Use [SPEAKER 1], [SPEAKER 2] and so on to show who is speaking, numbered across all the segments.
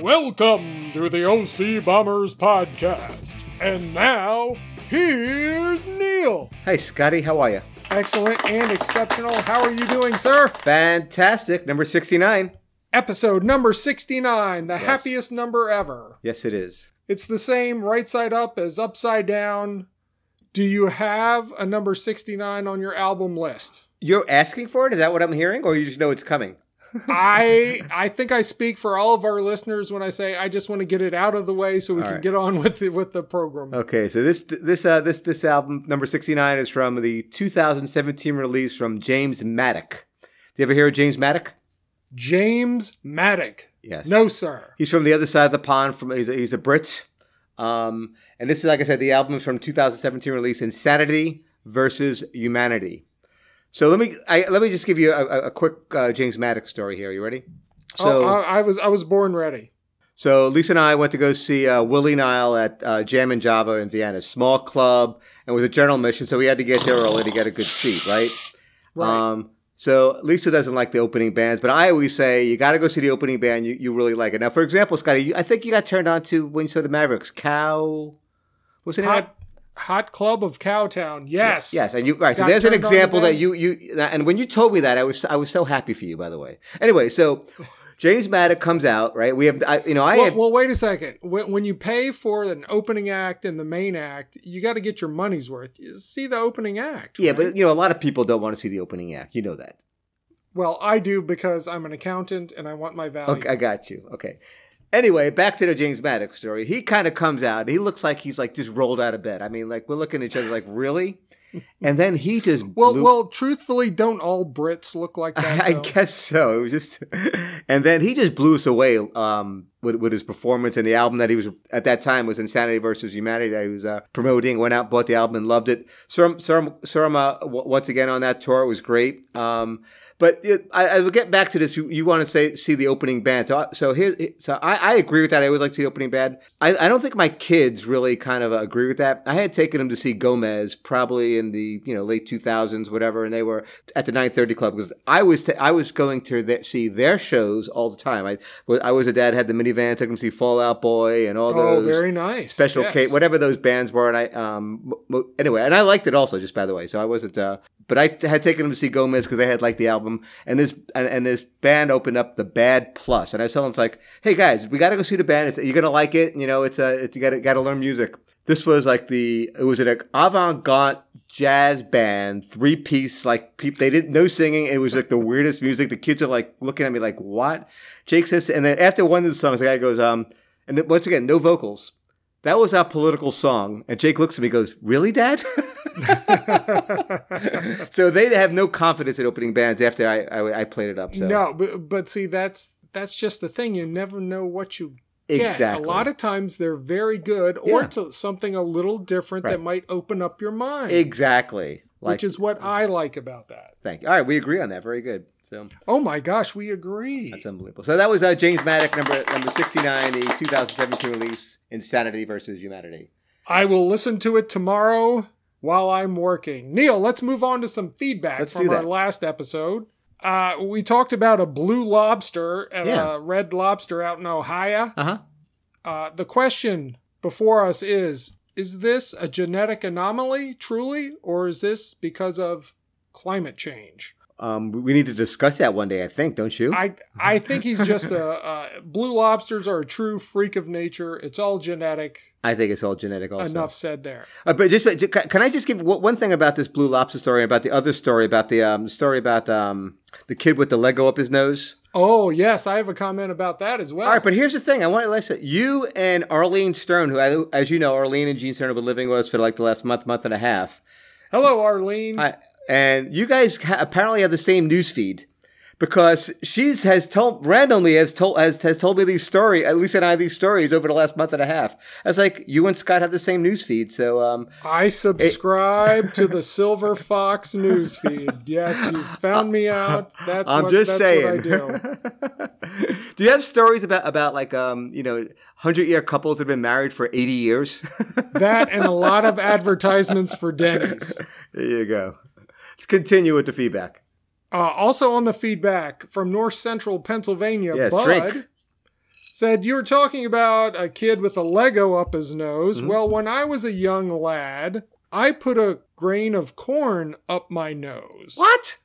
[SPEAKER 1] Welcome to the OC Bombers podcast. And now, here's Neil.
[SPEAKER 2] Hey, Scotty, how are you?
[SPEAKER 1] Excellent and exceptional. How are you doing, sir?
[SPEAKER 2] Fantastic. Number 69.
[SPEAKER 1] Episode number 69, the happiest number ever.
[SPEAKER 2] Yes, it is.
[SPEAKER 1] It's the same right side up as upside down. Do you have a number 69 on your album list?
[SPEAKER 2] You're asking for it? Is that what I'm hearing? Or you just know it's coming?
[SPEAKER 1] I I think I speak for all of our listeners when I say I just want to get it out of the way so we
[SPEAKER 2] All
[SPEAKER 1] can
[SPEAKER 2] right.
[SPEAKER 1] get on with the, with the program.
[SPEAKER 2] Okay, so this this uh, this this album number 69 is from the 2017 release from James Maddock. Do you ever hear of James Maddock?
[SPEAKER 1] James Maddock.
[SPEAKER 2] Yes.
[SPEAKER 1] No, sir.
[SPEAKER 2] He's from the other side of the pond. From he's a, he's a Brit, um, and this is like I said, the album is from 2017 release, Insanity versus Humanity. So let me I, let me just give you a, a- a quick uh, James Maddock story here. You ready?
[SPEAKER 1] So Oh, I, I was I was born ready.
[SPEAKER 2] So Lisa and I went to go see uh, Willie Nile at uh, Jam and Java in Vienna, small club, and it was a general mission, so we had to get there early to get a good seat, right?
[SPEAKER 1] Right.
[SPEAKER 2] Um, so Lisa doesn't like the opening bands, but I always say you got to go see the opening band. You, you really like it. Now, for example, Scotty, you, I think you got turned on to when you saw the Mavericks. Cow, what's the name? of
[SPEAKER 1] hot, hot club of Cowtown. Yes.
[SPEAKER 2] it? Yes, and you right. So
[SPEAKER 1] Got
[SPEAKER 2] there's an
[SPEAKER 1] turned on to
[SPEAKER 2] example that
[SPEAKER 1] them.
[SPEAKER 2] you you and when you told me that, I was I was so happy for you. By the way, anyway, so James Maddock comes out, right? We have I, you know I
[SPEAKER 1] Well,
[SPEAKER 2] have
[SPEAKER 1] well, wait a second. When, when you pay for an opening act and the main act, you got to get your money's worth. You see the opening act.
[SPEAKER 2] Yeah,
[SPEAKER 1] right?
[SPEAKER 2] but you know, a lot of people don't want to see the opening act. You know that.
[SPEAKER 1] well, I do because I'm an accountant and I want my value.
[SPEAKER 2] Okay, I got you. Okay. Anyway, back to the James Maddox story. He kind of comes out. He looks like he's like just rolled out of bed. I mean, like we're looking at each other like, really? And then he just
[SPEAKER 1] Well,
[SPEAKER 2] blew-
[SPEAKER 1] well, truthfully, don't all Brits look like that?
[SPEAKER 2] I
[SPEAKER 1] though?
[SPEAKER 2] guess so. It was just, and then he just blew us away um, with, with his performance and the album that he was at that time was Insanity versus Humanity that he was uh, promoting. Went out, bought the album, and loved it. Sur- Sur- Surma w- once again on that tour it was great. Um, but it, I, I will get back to this. You, you want to say see the opening band? So I- so here, so I, I agree with that. I always like to see the opening band. I, I don't think my kids really kind of agree with that. I had taken them to see Gomez probably in the you know late two thousands whatever, and they were at the nine thirty club because I was t- I was going to their, see their shows all the time. I well, I was a dad had the minivan, took them to see Fallout Boy and all
[SPEAKER 1] oh,
[SPEAKER 2] those
[SPEAKER 1] very nice.
[SPEAKER 2] special
[SPEAKER 1] yes.
[SPEAKER 2] K, whatever those bands were. And I, um, mo- mo- anyway, and I liked it also, just by the way. So I wasn't, uh, but I t- had taken them to see Gomez because they had like the album, and this and, and this band opened up the Bad Plus, and I told them like, hey guys, we got to go see the band. It's, you're gonna like it, you know. It's uh, it, you got to got to learn music. This was like the it was an avant-garde jazz band, three piece like peop They didn't no singing. It was like the weirdest music. The kids are like looking at me like, what? Jake says, and then after one of the songs, the guy goes, um, and then once again, no vocals. That was our political song. And Jake looks at me and goes, Really, Dad? so they have no confidence in opening bands after I, I, I played it up. So.
[SPEAKER 1] No, but, but see, that's that's just the thing. You never know what you get.
[SPEAKER 2] exactly.
[SPEAKER 1] A lot of times they're very good, or
[SPEAKER 2] Yeah.
[SPEAKER 1] it's a, something a little different that
[SPEAKER 2] Right.
[SPEAKER 1] might open up your mind,
[SPEAKER 2] Exactly. Like,
[SPEAKER 1] which is what I like about that.
[SPEAKER 2] thank you. All right, we agree on that. Very good. So
[SPEAKER 1] Oh my gosh, we agree.
[SPEAKER 2] that's unbelievable. So that was uh, James Maddock, number number 69, the 2017 release, Insanity versus Humanity.
[SPEAKER 1] I will listen to it tomorrow while I'm working. Neil, let's move on to some feedback
[SPEAKER 2] Let's
[SPEAKER 1] from
[SPEAKER 2] do
[SPEAKER 1] our
[SPEAKER 2] that.
[SPEAKER 1] last episode. Uh, we talked about a blue lobster at
[SPEAKER 2] Yeah.
[SPEAKER 1] a red lobster out in Ohio.
[SPEAKER 2] Uh huh.
[SPEAKER 1] Uh, the question before us is Is this a genetic anomaly, truly, or is this because of climate change?
[SPEAKER 2] Um, we- we need to discuss that one day, I think, don't you?
[SPEAKER 1] I, I think he's just a. Uh, blue lobsters are a true freak of nature. It's all genetic.
[SPEAKER 2] I think it's all genetic also.
[SPEAKER 1] Enough said there.
[SPEAKER 2] Uh, but just but ju- ca- can I just give one one thing about this blue lobster story, about the other story, about the um, story about um, the kid with the Lego up his nose?
[SPEAKER 1] Oh, yes, I have a comment about that as well.
[SPEAKER 2] All right, but here's the thing: I want to listen. You and Arlene Stern, who, I, as you know, Arlene and Gene Stern have been living with us for like the last month, month and a half,
[SPEAKER 1] Hello, Arlene.
[SPEAKER 2] I, and you guys ha- apparently have the same news feed because she's has told randomly has told has, has told me these story at least and I these stories over the last month and a half. I was like, you and Scott have the same news feed, so um,
[SPEAKER 1] I subscribe to the Silver Fox newsfeed. Yes, you found me out. That's
[SPEAKER 2] I'm
[SPEAKER 1] what,
[SPEAKER 2] just
[SPEAKER 1] that's
[SPEAKER 2] saying.
[SPEAKER 1] what I do.
[SPEAKER 2] do you have stories about about like um you know hundred year couples that have been married for eighty years?
[SPEAKER 1] That and a lot of advertisements for Denny's.
[SPEAKER 2] there you go. Let's continue with the feedback.
[SPEAKER 1] Uh, also on the feedback from North Central Pennsylvania,
[SPEAKER 2] Yes,
[SPEAKER 1] Bud
[SPEAKER 2] drink.
[SPEAKER 1] said, You were talking about a kid with a Lego up his nose.
[SPEAKER 2] Mm-hmm.
[SPEAKER 1] Well, when I was a young lad, I put a grain of corn up my nose.
[SPEAKER 2] What?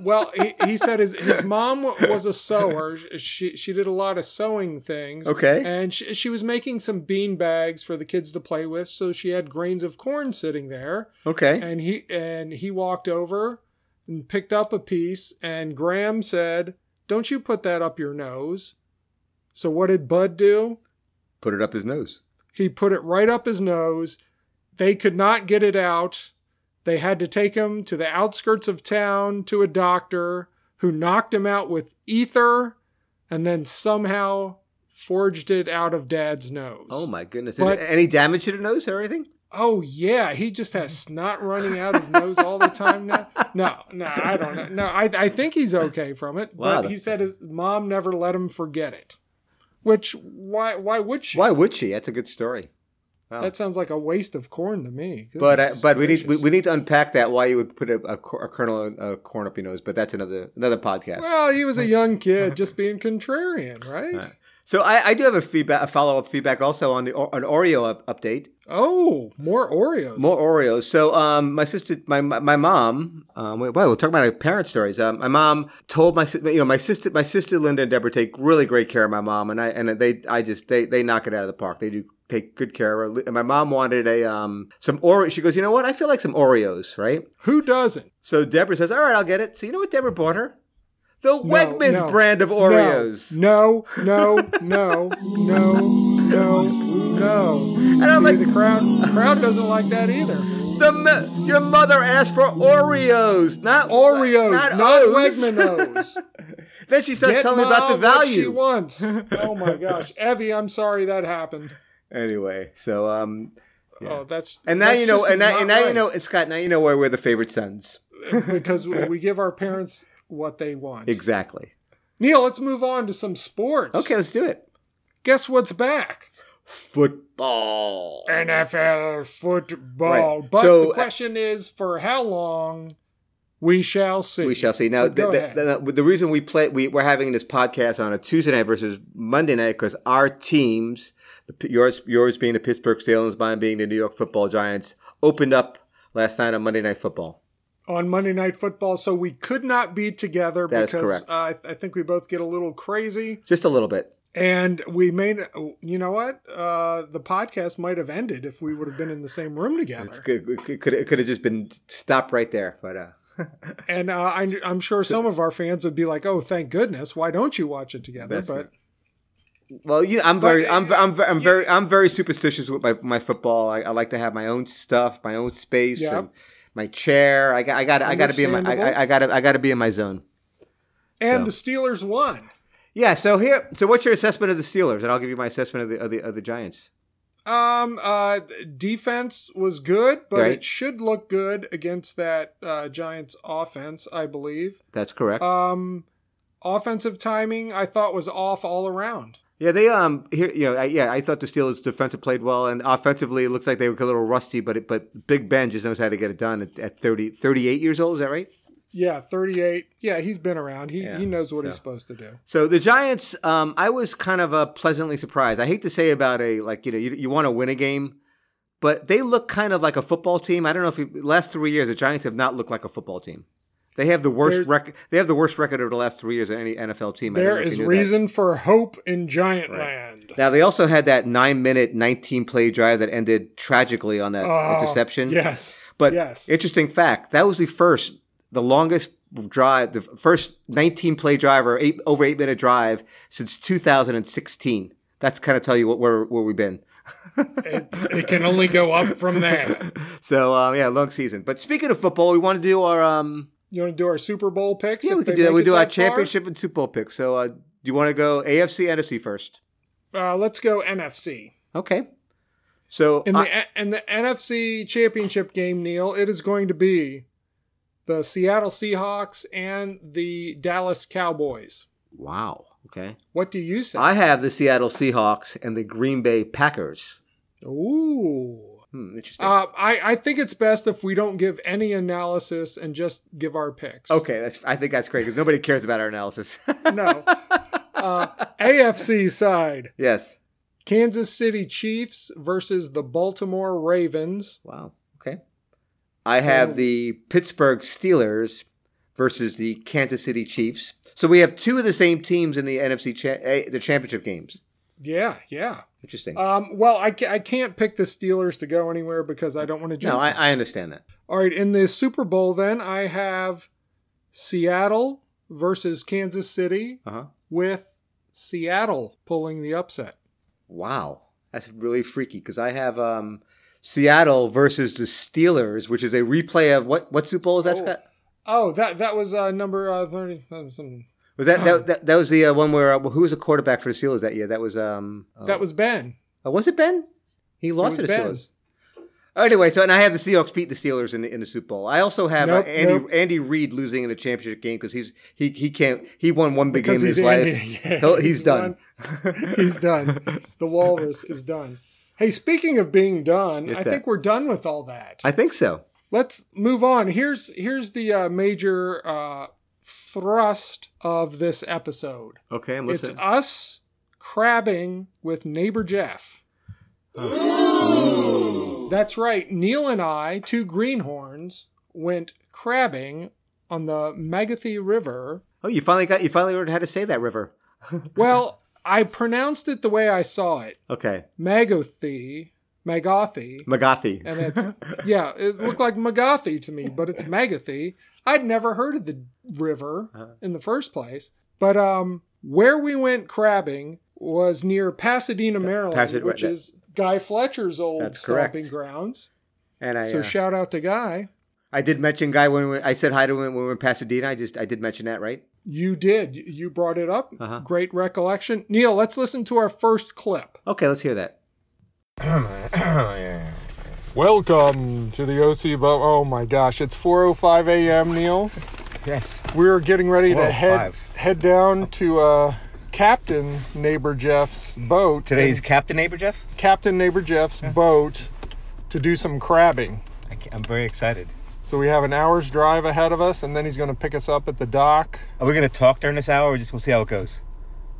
[SPEAKER 1] Well, he, he said his, his mom was a sewer. She, she did a lot of sewing things.
[SPEAKER 2] Okay.
[SPEAKER 1] And she, she was making some bean bags for the kids to play with. So she had grains of corn sitting there.
[SPEAKER 2] Okay.
[SPEAKER 1] And he, and he walked over and picked up a piece. And Graham said, Don't you put that up your nose. So what did Bud do?
[SPEAKER 2] Put it up his nose.
[SPEAKER 1] He put it right up his nose. They could not get it out. They had to take him to the outskirts of town to a doctor who knocked him out with ether and then somehow forged it out of dad's nose.
[SPEAKER 2] Oh my goodness!
[SPEAKER 1] But-
[SPEAKER 2] Is there any damage to the nose or anything?
[SPEAKER 1] Oh, yeah, he just has snot running out his nose all the time now. No, no, I don't know. No, I I think he's okay from it,
[SPEAKER 2] Wow,
[SPEAKER 1] but he
[SPEAKER 2] that-
[SPEAKER 1] said his mom never let him forget it. Which why why would she?
[SPEAKER 2] Why would she? That's a good story. Wow.
[SPEAKER 1] That sounds like a waste of corn to me.
[SPEAKER 2] but uh,
[SPEAKER 1] Goodness
[SPEAKER 2] but we need we,
[SPEAKER 1] gracious.
[SPEAKER 2] we need to unpack that why you would put a, a, cor- a kernel of corn up your nose. But that's another another podcast.
[SPEAKER 1] Well, he was a young kid, just being contrarian, right?
[SPEAKER 2] Right. so I, I do have a feedback, a follow up feedback also on the O- an Oreo up, update.
[SPEAKER 1] Oh, more Oreos.
[SPEAKER 2] More Oreos. So um, my sister, my my, my mom. Um, wait, wow, we'll talk about our parent stories. Um, my mom told my si- you know my sister my sister Linda and Deborah take really great care of my mom, and I and they I just they they knock it out of the park. They do take good care of her. And my mom wanted a um some Oreo. She goes, you know what? I feel like some Oreos, right?
[SPEAKER 1] Who doesn't?
[SPEAKER 2] So Deborah says, all right, I'll get it. So you know what Deborah bought her? The Wegmans
[SPEAKER 1] no.
[SPEAKER 2] brand of Oreos.
[SPEAKER 1] No, no, no, no, no, no.
[SPEAKER 2] And I'm
[SPEAKER 1] See,
[SPEAKER 2] like-
[SPEAKER 1] the crowd, crowd doesn't like that either.
[SPEAKER 2] The ma- your mother asked for Oreos, not
[SPEAKER 1] Oreos, not,
[SPEAKER 2] not, O's.
[SPEAKER 1] Wegman O's.
[SPEAKER 2] then she starts
[SPEAKER 1] Get
[SPEAKER 2] telling me about the
[SPEAKER 1] Mom what she
[SPEAKER 2] value.
[SPEAKER 1] wants. Oh my gosh, Evie, I'm sorry that happened.
[SPEAKER 2] anyway, so um,
[SPEAKER 1] Oh, that's
[SPEAKER 2] and now
[SPEAKER 1] that's
[SPEAKER 2] you know,
[SPEAKER 1] just
[SPEAKER 2] and now,
[SPEAKER 1] not
[SPEAKER 2] and now you
[SPEAKER 1] right.
[SPEAKER 2] know, Scott. Now you know why we're the favorite sons.
[SPEAKER 1] because we give our parents what they want.
[SPEAKER 2] Exactly.
[SPEAKER 1] Neil, let's move on to some sports.
[SPEAKER 2] Okay, let's do it.
[SPEAKER 1] Guess what's back?
[SPEAKER 2] Football.
[SPEAKER 1] NFL football.
[SPEAKER 2] Right.
[SPEAKER 1] But
[SPEAKER 2] So- uh,
[SPEAKER 1] the question is for how long we shall see.
[SPEAKER 2] We shall see. Now,
[SPEAKER 1] But go
[SPEAKER 2] the,
[SPEAKER 1] ahead.
[SPEAKER 2] the, the, the reason we play, we, we're having this podcast on a Tuesday night versus Monday night because our teams, the, P- yours, yours being the Pittsburgh Steelers, mine being the New York Football Giants, opened up last night on Monday Night Football.
[SPEAKER 1] on Monday Night Football, so we could not be together
[SPEAKER 2] That is
[SPEAKER 1] because
[SPEAKER 2] correct.
[SPEAKER 1] uh, I, I think we both get a little crazy,
[SPEAKER 2] Just a little bit.
[SPEAKER 1] and we made. You know what? Uh, the podcast might have ended if we would have been in the same room
[SPEAKER 2] It's
[SPEAKER 1] together.
[SPEAKER 2] good. It could it could have just been stopped right there, but uh,
[SPEAKER 1] And uh, I, I'm sure some of our fans would be like, "Oh, thank goodness! Why don't you watch it together?"
[SPEAKER 2] That's
[SPEAKER 1] But
[SPEAKER 2] well, you know, I'm
[SPEAKER 1] But,
[SPEAKER 2] very, I'm,
[SPEAKER 1] uh,
[SPEAKER 2] I'm, I'm very, I'm very superstitious with my, my football. I, I like to have my own stuff, my own space,
[SPEAKER 1] Yeah.
[SPEAKER 2] and my chair. I got, I got, I got to be in my, I- I, I got, I got to be in my zone.
[SPEAKER 1] and
[SPEAKER 2] So.
[SPEAKER 1] the Steelers won.
[SPEAKER 2] Yeah. So here, so what's your assessment of the Steelers? And I'll give you my assessment of the of the, of the Giants.
[SPEAKER 1] Um, uh, defense was good, but
[SPEAKER 2] Right.
[SPEAKER 1] it should look good against that uh, Giants offense, I believe.
[SPEAKER 2] That's correct.
[SPEAKER 1] Um, offensive timing I thought was off all around.
[SPEAKER 2] yeah, they um here you know I, yeah I thought the Steelers defensive played well and offensively it looks like they were a little rusty but it, but Big Ben just knows how to get it done at, at 30, 38 years old is that right?
[SPEAKER 1] Yeah, 38. Yeah, he's been around. He
[SPEAKER 2] Yeah,
[SPEAKER 1] he knows what he's
[SPEAKER 2] so.
[SPEAKER 1] supposed to do.
[SPEAKER 2] So the Giants, um, I was kind of uh, pleasantly surprised. I hate to say about a like you know you, you want to win a game, but they look kind of like a football team. I don't know if you, last three years the Giants have not looked like a football team. They have the worst
[SPEAKER 1] There's-
[SPEAKER 2] record. They have the worst record over the last three years of any NFL team. I don't
[SPEAKER 1] There
[SPEAKER 2] know if you
[SPEAKER 1] is
[SPEAKER 2] knew that.
[SPEAKER 1] reason for hope in Giant
[SPEAKER 2] Right.
[SPEAKER 1] Land.
[SPEAKER 2] Now they also had that nine-minute, nineteen-play drive that ended tragically on that
[SPEAKER 1] Oh,
[SPEAKER 2] interception.
[SPEAKER 1] Yes.
[SPEAKER 2] But
[SPEAKER 1] yes.
[SPEAKER 2] interesting fact, that was the first, the longest drive, the first 19 play drive or eight, over eight minute drive since 2016. That's kind of tell you what, where, where we've been.
[SPEAKER 1] it, it can only go up from there.
[SPEAKER 2] So, uh, yeah, long season. But speaking of football, we want to do our, um,
[SPEAKER 1] You want to do our Super Bowl picks?
[SPEAKER 2] yeah,
[SPEAKER 1] if
[SPEAKER 2] we
[SPEAKER 1] they
[SPEAKER 2] can do that.
[SPEAKER 1] make
[SPEAKER 2] We
[SPEAKER 1] it
[SPEAKER 2] do our
[SPEAKER 1] far?
[SPEAKER 2] championship and Super Bowl picks. So, uh, do you want to go AFC, NFC first?
[SPEAKER 1] Uh, let's go NFC.
[SPEAKER 2] Okay. So,
[SPEAKER 1] In
[SPEAKER 2] I-
[SPEAKER 1] the in the NFC Championship game, Neil, it is going to be the Seattle Seahawks and the Dallas Cowboys.
[SPEAKER 2] wow. Okay.
[SPEAKER 1] What do you say?
[SPEAKER 2] I have the Seattle Seahawks and the Green Bay Packers.
[SPEAKER 1] Ooh.
[SPEAKER 2] Hmm, interesting.
[SPEAKER 1] Uh, I, I think it's best if we don't give any analysis and just give our picks.
[SPEAKER 2] okay. That's, I think that's great because nobody cares about our analysis.
[SPEAKER 1] No. Uh, AFC side
[SPEAKER 2] Yes.
[SPEAKER 1] Kansas City Chiefs versus the Baltimore Ravens.
[SPEAKER 2] Wow. Okay. I
[SPEAKER 1] Oh.
[SPEAKER 2] have the Pittsburgh Steelers versus the Kansas City Chiefs. So we have two of the same teams in the NFC cha- eh, the championship games.
[SPEAKER 1] Yeah, yeah.
[SPEAKER 2] Interesting.
[SPEAKER 1] Um, well, I, ca- I can't pick the Steelers to go anywhere because I don't want to jinx
[SPEAKER 2] no, I,
[SPEAKER 1] them.
[SPEAKER 2] I understand that.
[SPEAKER 1] All right, in the Super Bowl, then I have Seattle versus Kansas City
[SPEAKER 2] Uh huh.
[SPEAKER 1] with Seattle pulling the upset.
[SPEAKER 2] Wow, that's really freaky because I have um, Seattle versus the Steelers, which is a replay of what what Super Bowl is that?
[SPEAKER 1] Oh.
[SPEAKER 2] Scott?
[SPEAKER 1] Oh, that that was uh, number uh, thirty. That was, um,
[SPEAKER 2] Was that that, that that was the uh, one where uh, who was the quarterback for the Steelers that year? That was um uh,
[SPEAKER 1] that was Ben.
[SPEAKER 2] uh, was it Ben? He lost
[SPEAKER 1] was
[SPEAKER 2] to the
[SPEAKER 1] Ben.
[SPEAKER 2] Steelers. Oh, anyway, so and I have the Seahawks beat the Steelers in the in the Super Bowl. I also have
[SPEAKER 1] Nope,
[SPEAKER 2] uh, Andy
[SPEAKER 1] nope.
[SPEAKER 2] Andy Reid losing in a championship game because he's he he can't he won one big
[SPEAKER 1] Because
[SPEAKER 2] game in
[SPEAKER 1] he's
[SPEAKER 2] his life.
[SPEAKER 1] Andy, yeah,
[SPEAKER 2] He'll-
[SPEAKER 1] he's
[SPEAKER 2] he's done.
[SPEAKER 1] He's done. the Walrus is done. Hey, speaking of being done,
[SPEAKER 2] It's
[SPEAKER 1] I
[SPEAKER 2] that.
[SPEAKER 1] think we're done with all that.
[SPEAKER 2] I think so.
[SPEAKER 1] Let's move on. Here's here's the uh, major uh, thrust of this episode.
[SPEAKER 2] Okay, I'm
[SPEAKER 1] It's us crabbing with neighbor Jeff. That's right. Neil and I, two greenhorns, went crabbing on the Magathy River.
[SPEAKER 2] oh, you finally got you finally learned how to say that river.
[SPEAKER 1] Well, I pronounced it the way I saw it.
[SPEAKER 2] Okay,
[SPEAKER 1] Magathy, Magathy.
[SPEAKER 2] Magathy.
[SPEAKER 1] And it's yeah, it looked like Magathy to me, but it's Magathy. I'd never heard of the
[SPEAKER 2] Uh-huh.
[SPEAKER 1] river in the first place. But um, where we went crabbing was near Pasadena, Maryland,
[SPEAKER 2] Pasad-
[SPEAKER 1] which
[SPEAKER 2] that-
[SPEAKER 1] is Guy Fletcher's old
[SPEAKER 2] That's correct.
[SPEAKER 1] stomping grounds.
[SPEAKER 2] And I
[SPEAKER 1] So
[SPEAKER 2] uh,
[SPEAKER 1] shout out to Guy.
[SPEAKER 2] I did mention guy when we, I said hi to him when we were in Pasadena. I just I did mention that, right?
[SPEAKER 1] You did. You- You brought it up.
[SPEAKER 2] Uh-huh.
[SPEAKER 1] Great recollection. Neil, let's listen to our first clip.
[SPEAKER 2] Okay, let's hear that.
[SPEAKER 1] Welcome to the OC Bo Oh my gosh, it's 4:05 a.m. Neil.
[SPEAKER 3] Yes.
[SPEAKER 1] We're getting ready to head
[SPEAKER 3] 4:05.
[SPEAKER 1] head down to uh, Captain Neighbor Jeff's boat.
[SPEAKER 3] Today's Captain Neighbor Jeff.
[SPEAKER 1] Captain Neighbor Jeff's boat to do some crabbing.
[SPEAKER 3] I ca- I'm very excited.
[SPEAKER 1] So we have an hour's drive ahead of us, and then he's going to pick us up at the dock.
[SPEAKER 3] Are we gonna talk during this hour, or just we'll see how it goes?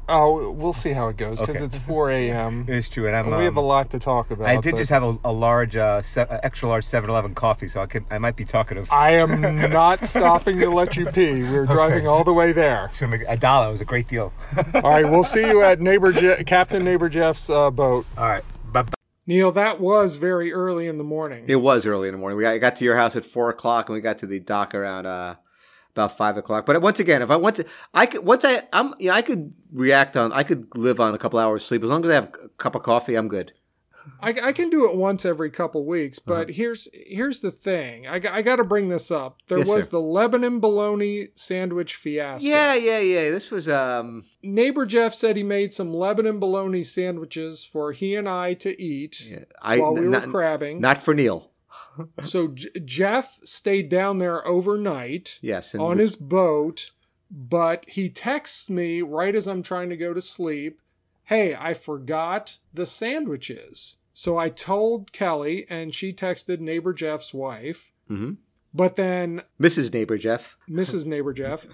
[SPEAKER 1] Oh, we'll see how it goes because
[SPEAKER 3] Okay.
[SPEAKER 1] it's 4 a.m.
[SPEAKER 3] It's true, and I'm.
[SPEAKER 1] and we have a
[SPEAKER 3] um,
[SPEAKER 1] lot to talk about.
[SPEAKER 3] I did
[SPEAKER 1] but
[SPEAKER 3] just have a, a large, uh, se- uh, extra large 7-Eleven coffee, so I could, I might be talkative.
[SPEAKER 1] I am not stopping to let you pee. We're driving all the way there.
[SPEAKER 3] It's gonna make- A dollar was a great deal.
[SPEAKER 1] All right, we'll see you at neighbor Je- Captain Neighbor Jeff's uh, boat.
[SPEAKER 3] All right. Bye.
[SPEAKER 1] Neil, that was very early in the morning.
[SPEAKER 2] It was early in the morning. We got, I got to your house at four o'clock, and we got to the dock around uh, about five o'clock. But once again, if I want to, I could once I I'm you know, I could react on I could live on a couple hours sleep as long as I have a cup of coffee. I'm good.
[SPEAKER 1] I, I can do it once every couple weeks,
[SPEAKER 3] Uh-huh.
[SPEAKER 1] but here's here's the thing. I, got to bring this up. There
[SPEAKER 2] Yes,
[SPEAKER 1] was
[SPEAKER 2] sir.
[SPEAKER 1] the Lebanon bologna sandwich fiasco.
[SPEAKER 2] Yeah, yeah, yeah. This was um
[SPEAKER 1] Neighbor Jeff said he made some Lebanon bologna sandwiches for he and I to eat
[SPEAKER 2] I
[SPEAKER 1] while we were
[SPEAKER 2] not,
[SPEAKER 1] crabbing.
[SPEAKER 2] not for Neil.
[SPEAKER 1] so J- Jeff stayed down there overnight
[SPEAKER 2] Yes, and
[SPEAKER 1] on
[SPEAKER 2] we-
[SPEAKER 1] his boat, but he texts me right as I'm trying to go to sleep. Hey, I forgot the sandwiches. So I told Kelly, and she texted neighbor Jeff's wife.
[SPEAKER 2] Mhm.
[SPEAKER 1] But then
[SPEAKER 2] Mrs. Neighbor Jeff.
[SPEAKER 1] Mrs. Neighbor Jeff,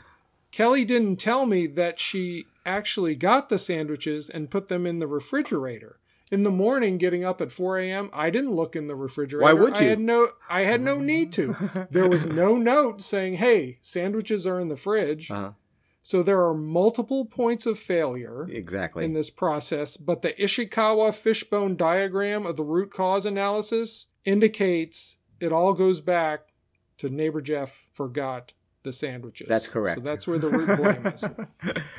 [SPEAKER 1] Kelly didn't tell me that she actually got the sandwiches and put them in the refrigerator. In the morning, getting up at 4 a.m., I didn't look in the refrigerator.
[SPEAKER 2] Why would
[SPEAKER 1] I
[SPEAKER 2] you?
[SPEAKER 1] had no, I had no need to. There was no note saying, "Hey, sandwiches are in the fridge."
[SPEAKER 2] Uh-huh.
[SPEAKER 1] So there are multiple points of failure
[SPEAKER 2] Exactly.
[SPEAKER 1] in this process, but the Ishikawa fishbone diagram of the root cause analysis indicates it all goes back to neighbor Jeff forgot the sandwiches.
[SPEAKER 2] That's correct.
[SPEAKER 1] So that's where the root blame is.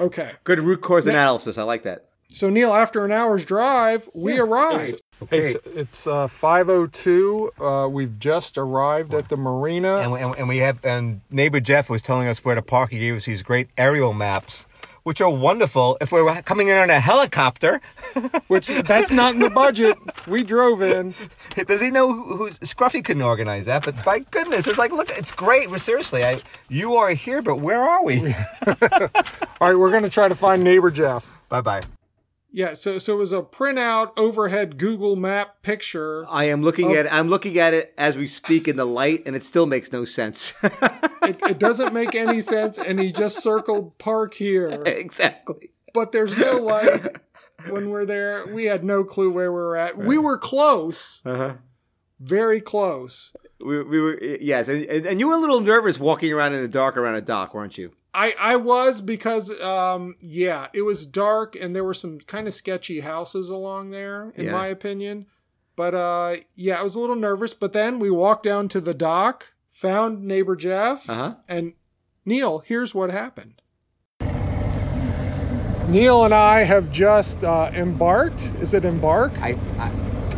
[SPEAKER 1] Okay.
[SPEAKER 2] Good root cause analysis. I like that.
[SPEAKER 1] So Neil, after an hour's drive, we arrived. It's, it's uh, 502. Uh, we've just arrived at the marina.
[SPEAKER 3] And, we- and, we- and we have and neighbor Jeff was telling us where to park. He gave us these great aerial maps, which are wonderful if we're coming in on a helicopter.
[SPEAKER 1] which that's not in the budget. We drove in.
[SPEAKER 3] Does he know who, who Scruffy couldn't organize that? But my goodness, it's like, look, it's great. We're seriously, I, you are here, but where are we?
[SPEAKER 1] All right, we're going to try to find neighbor Jeff.
[SPEAKER 3] bye bye.
[SPEAKER 1] Yeah, so so it was a printout overhead Google map picture.
[SPEAKER 2] I am looking at I'm looking at it as we speak in the light, and it still makes no sense.
[SPEAKER 1] It, it doesn't make any sense, and he just circled park here.
[SPEAKER 2] exactly.
[SPEAKER 1] but there's no light. when we're there, we had no clue where we were at. We were close,
[SPEAKER 2] Uh-huh.
[SPEAKER 1] very close.
[SPEAKER 2] We, we were yes, and, and and you were a little nervous walking around in the dark around a dock, weren't you?
[SPEAKER 1] I, I was because um yeah it was dark and there were some kind of sketchy houses along there in
[SPEAKER 2] Yeah.
[SPEAKER 1] my opinion but uh yeah I was a little nervous but then we walked down to the dock found neighbor Jeff
[SPEAKER 2] Uh-huh.
[SPEAKER 1] and Neil here's what happened Neil and I have just uh, embarked is it embark
[SPEAKER 3] I, I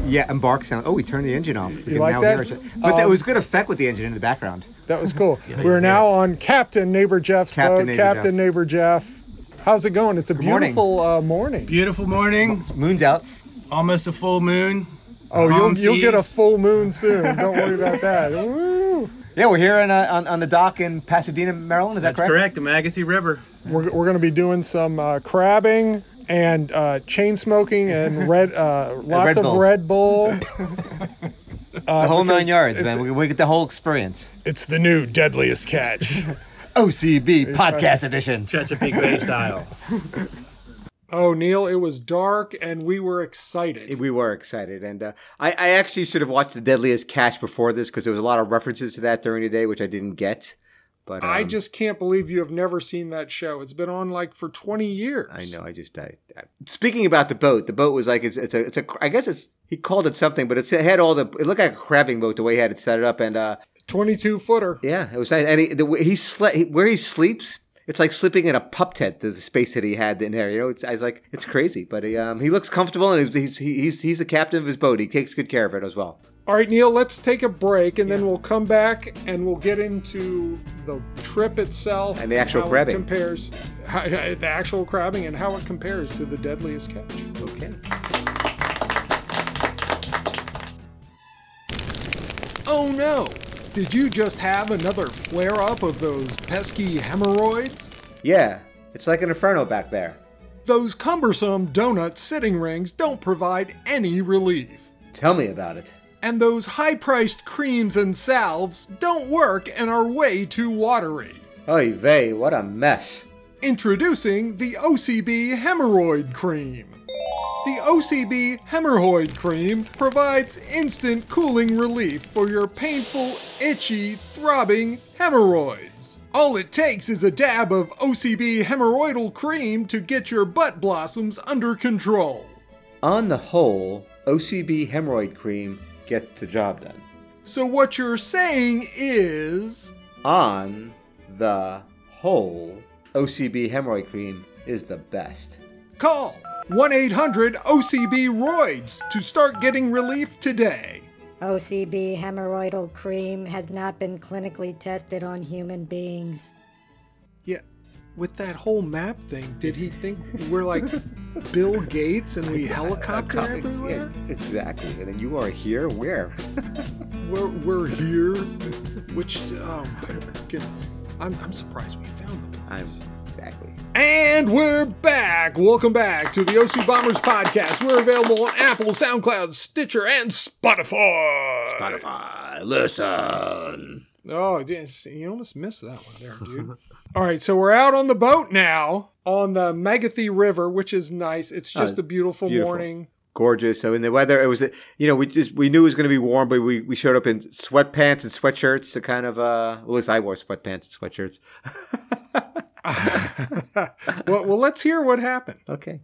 [SPEAKER 3] yeah, embark sound. Oh, we turned the engine off. We can
[SPEAKER 1] like
[SPEAKER 3] now
[SPEAKER 1] that? Um,
[SPEAKER 3] hear it. But that was good effect with the engine in the background.
[SPEAKER 1] that was cool we're now on Captain Neighbor Jeff's
[SPEAKER 3] Captain
[SPEAKER 1] boat
[SPEAKER 3] Neighbor
[SPEAKER 1] Captain
[SPEAKER 3] Jeff.
[SPEAKER 1] Neighbor Jeff how's it going it's a
[SPEAKER 3] morning.
[SPEAKER 1] beautiful uh, morning
[SPEAKER 4] Beautiful morning,
[SPEAKER 3] Moon's out.
[SPEAKER 4] almost a full moon.
[SPEAKER 1] Oh,
[SPEAKER 4] Calm
[SPEAKER 1] you'll, you'll get a
[SPEAKER 4] seas.
[SPEAKER 1] full moon soon. Don't worry about that. Woo.
[SPEAKER 3] Yeah, we're here in, uh, on on the dock in Pasadena, Maryland. Is that
[SPEAKER 4] That's correct, the Magacy River.
[SPEAKER 1] We're, we're going to be doing some uh, crabbing and uh, chain smoking and red uh, lots
[SPEAKER 3] Red
[SPEAKER 1] of
[SPEAKER 3] Bull.
[SPEAKER 1] Red Bull.
[SPEAKER 3] The whole nine
[SPEAKER 1] because
[SPEAKER 3] yards,
[SPEAKER 1] it's-
[SPEAKER 3] man. We, we get the whole experience.
[SPEAKER 1] It's the new deadliest catch.
[SPEAKER 3] OCB podcast edition.
[SPEAKER 4] Chesapeake Bay style.
[SPEAKER 1] oh, Neil, it was dark and we were excited.
[SPEAKER 2] We were excited, and uh, I, I actually should have watched The Deadliest Catch before this because there was a lot of references to that during the day, which I didn't get. But
[SPEAKER 1] I
[SPEAKER 2] um,
[SPEAKER 1] just can't believe you have never seen that show. It's been on like for 20 years.
[SPEAKER 2] I know. I just I, I, speaking about the boat. The boat was like it's, it's a it's a I guess it's he called it something, but it's, it had all the it looked like a crabbing boat the way he had it set it up, and uh
[SPEAKER 1] 22 footer.
[SPEAKER 2] yeah, it was nice. And he, the, way he slept where he sleeps. It's like sleeping in a pup tent. The space that he had in there, you know. It's I was like it's crazy, but he um he looks comfortable and he's he's he's, he's the captain of his boat. He takes good care of it as well.
[SPEAKER 1] All right, Neil, let's take a break and then we'll come back and we'll get into the trip itself
[SPEAKER 2] And the actual
[SPEAKER 1] how it
[SPEAKER 2] crabbing.
[SPEAKER 1] compares how, the actual crabbing and how it compares to the deadliest catch.
[SPEAKER 2] Okay.
[SPEAKER 1] Oh no! Did you just have another flare up of those pesky hemorrhoids?
[SPEAKER 2] Yeah, it's like an inferno back there.
[SPEAKER 1] Those cumbersome donut sitting rings don't provide any relief.
[SPEAKER 2] Tell me about it.
[SPEAKER 1] And those high priced creams and salves don't work and are way too watery.
[SPEAKER 2] Oy vey, what a mess.
[SPEAKER 1] Introducing the OCB Hemorrhoid Cream. The OCB Hemorrhoid Cream provides instant cooling relief for your painful, itchy, throbbing hemorrhoids. All it takes is a dab of OCB hemorrhoidal cream to get your butt blossoms under control.
[SPEAKER 2] On the whole, OCB hemorrhoid cream gets the job done.
[SPEAKER 1] So, what you're saying is.
[SPEAKER 2] On the whole, OCB hemorrhoid cream is the best.
[SPEAKER 1] Call 1 800 OCB Roids to start getting relief today.
[SPEAKER 5] OCB hemorrhoidal cream has not been clinically tested on human beings.
[SPEAKER 1] Yeah. With that whole map thing, did he think we're like Bill Gates and we helicopter everywhere?
[SPEAKER 2] Exactly. And then you are here where?
[SPEAKER 1] We're, we're here, which oh my goodness, I'm I'm surprised we found them.
[SPEAKER 2] I'm exactly.
[SPEAKER 1] And we're back. Welcome back to the OC Bombers podcast. We're available on Apple, SoundCloud, Stitcher, and Spotify.
[SPEAKER 2] Spotify, listen.
[SPEAKER 1] Oh, yes, you almost missed that one there, dude. All right, so we're out on the boat now on the Megathy River, which is nice. It's just
[SPEAKER 2] Oh,
[SPEAKER 1] a beautiful,
[SPEAKER 2] beautiful.
[SPEAKER 1] morning.
[SPEAKER 2] Gorgeous. So in the weather, it was you know we just we knew it was going to be warm, but we, we showed up in sweatpants and sweatshirts to kind of uh well, at least I wore sweatpants and sweatshirts.
[SPEAKER 1] well, well, let's hear what happened.
[SPEAKER 2] Okay.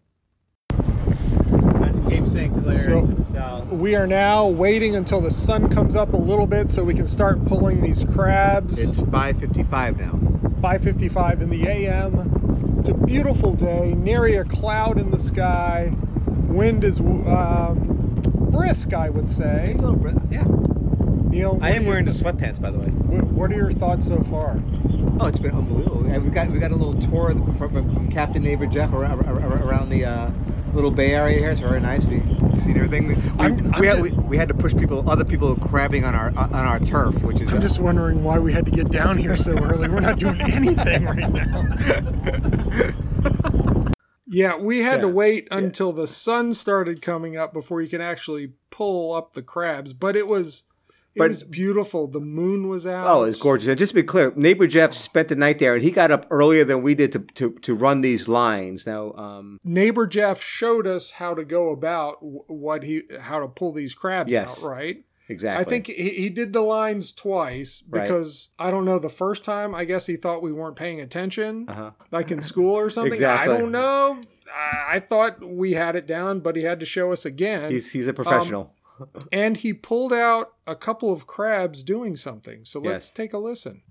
[SPEAKER 4] That's Cape St. Clair
[SPEAKER 1] So-
[SPEAKER 4] to the south.
[SPEAKER 1] We are now waiting until the sun comes up a little bit so we can start pulling these crabs.
[SPEAKER 3] It's 5:55 now.
[SPEAKER 1] 5:55 in the a.m. It's a beautiful day, nary a cloud in the sky. Wind is um, brisk, I would say.
[SPEAKER 3] It's a little bit. Yeah.
[SPEAKER 1] Neil,
[SPEAKER 3] I am
[SPEAKER 1] what
[SPEAKER 3] wearing the sweatpants, by the way.
[SPEAKER 1] are your- What are your thoughts so far?
[SPEAKER 3] Oh, it's been unbelievable. Yeah, We've got we got a little tour of the- from, from Captain Neighbor Jeff around, around around the uh, little Bay Area here. It's very nice. We've seen everything. We, we,
[SPEAKER 1] I'm-
[SPEAKER 3] we,
[SPEAKER 1] I'm
[SPEAKER 3] had, we, we had to push people, other people crabbing on our on our turf, which is. uh,
[SPEAKER 6] I'm just wondering why we had to get down here so early. We're not doing anything right now.
[SPEAKER 1] Yeah, we had to
[SPEAKER 2] Yeah,
[SPEAKER 1] wait until the sun started coming up before you can actually pull up the crabs. But it was It
[SPEAKER 2] But-
[SPEAKER 1] was beautiful. The moon was out.
[SPEAKER 2] Oh, it's gorgeous. And just to be clear, neighbor Jeff spent the night there, and he got up earlier than we did to to, to run these lines. Now, um,
[SPEAKER 1] Neighbor Jeff showed us how to go about wh- what he how to pull these crabs out,
[SPEAKER 2] Yes.
[SPEAKER 1] right?
[SPEAKER 2] exactly.
[SPEAKER 1] I think he, he did the lines twice
[SPEAKER 2] Right.
[SPEAKER 1] because I don't know. The first time, I guess he thought we weren't paying attention,
[SPEAKER 2] Uh-huh.
[SPEAKER 1] like in school or something.
[SPEAKER 2] Exactly.
[SPEAKER 1] I don't know. I, I thought we had it down, but he had to show us again.
[SPEAKER 2] he's
[SPEAKER 6] Um,
[SPEAKER 2] he's a professional.
[SPEAKER 1] and he pulled out a couple of crabs doing something. So let's
[SPEAKER 2] Yes.
[SPEAKER 1] take a listen.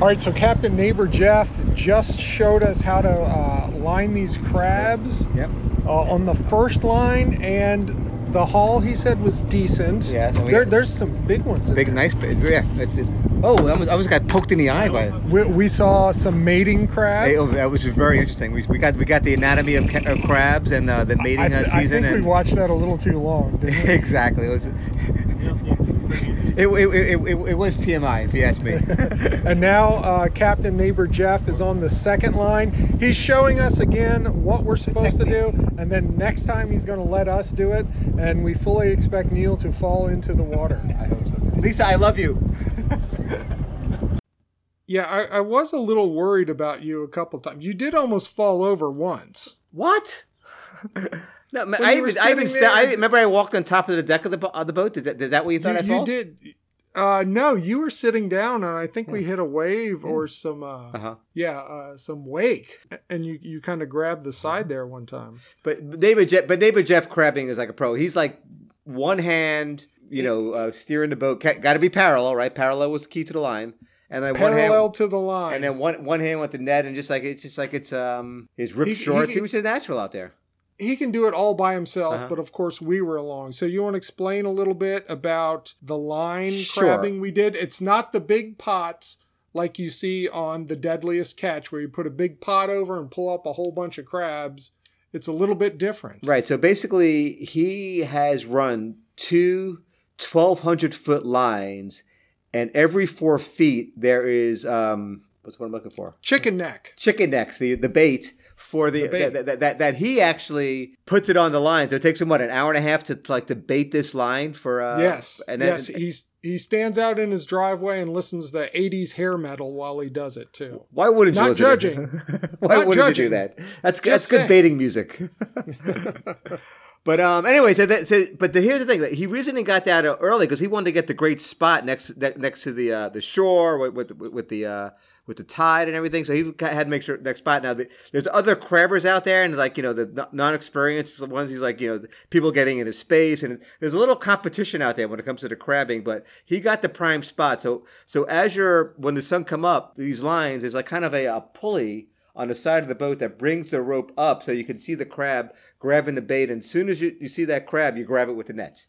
[SPEAKER 6] All right, so Captain Neighbor Jeff just showed us how to uh, line these crabs
[SPEAKER 3] Yep.
[SPEAKER 6] uh, on the first line, and the haul he said was decent.
[SPEAKER 3] Yes, and we-
[SPEAKER 6] there, there's some big ones. in
[SPEAKER 3] Big, nice. bit. Yeah. It's, it, oh, I almost, I almost got poked in the eye by it.
[SPEAKER 6] We, we saw some mating crabs.
[SPEAKER 3] It was, that was very interesting. We, we got we got the anatomy of, ca- of crabs and uh, the mating
[SPEAKER 6] I,
[SPEAKER 3] uh,
[SPEAKER 6] th- I
[SPEAKER 3] season.
[SPEAKER 6] think we
[SPEAKER 3] and,
[SPEAKER 6] watched that a little too long. Didn't we?
[SPEAKER 3] exactly. It was. It, it, it, it, it was TMI, if you ask me.
[SPEAKER 6] and now uh, Captain Neighbor Jeff is on the second line. He's showing us again what we're supposed to do, and then next time he's going to let us do it. And we fully expect Neil to fall into the water.
[SPEAKER 3] Lisa, I love you.
[SPEAKER 1] Yeah, I, I was a little worried about you a couple times. You did almost fall over once.
[SPEAKER 2] What? no, man,
[SPEAKER 1] When
[SPEAKER 2] I
[SPEAKER 1] you were
[SPEAKER 2] even, I even
[SPEAKER 1] sitting
[SPEAKER 2] sta- I
[SPEAKER 1] there-
[SPEAKER 2] remember I walked on top of the deck of the, bo- of the boat. Did that, did that what you thought
[SPEAKER 1] you,
[SPEAKER 2] I
[SPEAKER 1] you
[SPEAKER 2] thought?
[SPEAKER 1] did. Uh, no, you were sitting down, and I think we
[SPEAKER 2] Hmm.
[SPEAKER 1] hit a wave or some. Uh,
[SPEAKER 2] Uh huh.
[SPEAKER 1] Yeah, uh, some wake, and you you kind of grabbed
[SPEAKER 2] Mm-hmm.
[SPEAKER 1] the side there one time.
[SPEAKER 2] But but neighbor Jeff, but neighbor Jeff Crabbing is like a pro. He's like one hand, you know, uh, steering the boat. Got to be parallel, right? Parallel was key to the line. And then one
[SPEAKER 1] Parallel
[SPEAKER 2] hand,
[SPEAKER 1] to the line,
[SPEAKER 2] and then one one hand with the net, and just like it's just like it's um his ripped
[SPEAKER 1] He- he-
[SPEAKER 2] shorts. He, was a natural out there.
[SPEAKER 1] he can do it all by himself,
[SPEAKER 2] Uh-huh.
[SPEAKER 1] but of course we were along. So you want to explain a little bit about the line
[SPEAKER 2] Sure.
[SPEAKER 1] crabbing we did? It's not the big pots like you see on the deadliest catch where you put a big pot over and pull up a whole bunch of crabs. It's a little bit different.
[SPEAKER 2] Right. So basically, he has run two 1,200 foot lines, and every four feet there is um what's what I'm looking for.
[SPEAKER 1] Chicken neck.
[SPEAKER 2] chicken necks, the, the bait for the,
[SPEAKER 1] The bait.
[SPEAKER 2] That, that, that that he actually puts it on the line. So it takes him what an hour and a half to like to bait this line for uh
[SPEAKER 1] yes.
[SPEAKER 2] and then,
[SPEAKER 1] yes, he's he stands out in his driveway and listens to 80s hair metal while he does it too.
[SPEAKER 2] why wouldn't you
[SPEAKER 1] Not
[SPEAKER 2] listen to-
[SPEAKER 1] judging.
[SPEAKER 2] why
[SPEAKER 1] Not
[SPEAKER 2] wouldn't you
[SPEAKER 1] judging.
[SPEAKER 2] do that? That's good. that's
[SPEAKER 1] Just
[SPEAKER 2] good
[SPEAKER 1] saying.
[SPEAKER 2] baiting music. But um, anyway, so that so, but the, here's the thing that he recently got that out early because he wanted to get the great spot next ne- next to the uh, the shore with with, with the uh, with the tide and everything. So he got- had to make sure next spot. Now the, there's other crabbers out there and like you know the non experienced ones. He's like you know the people getting into space and there's a little competition out there when it comes to the crabbing. But he got the prime spot. So so as you're when the sun come up, these lines there's like kind of a, a pulley on the side of the boat that brings the rope up so you can see the crab grabbing the bait. And as soon as you, you see that crab, you grab it with the net.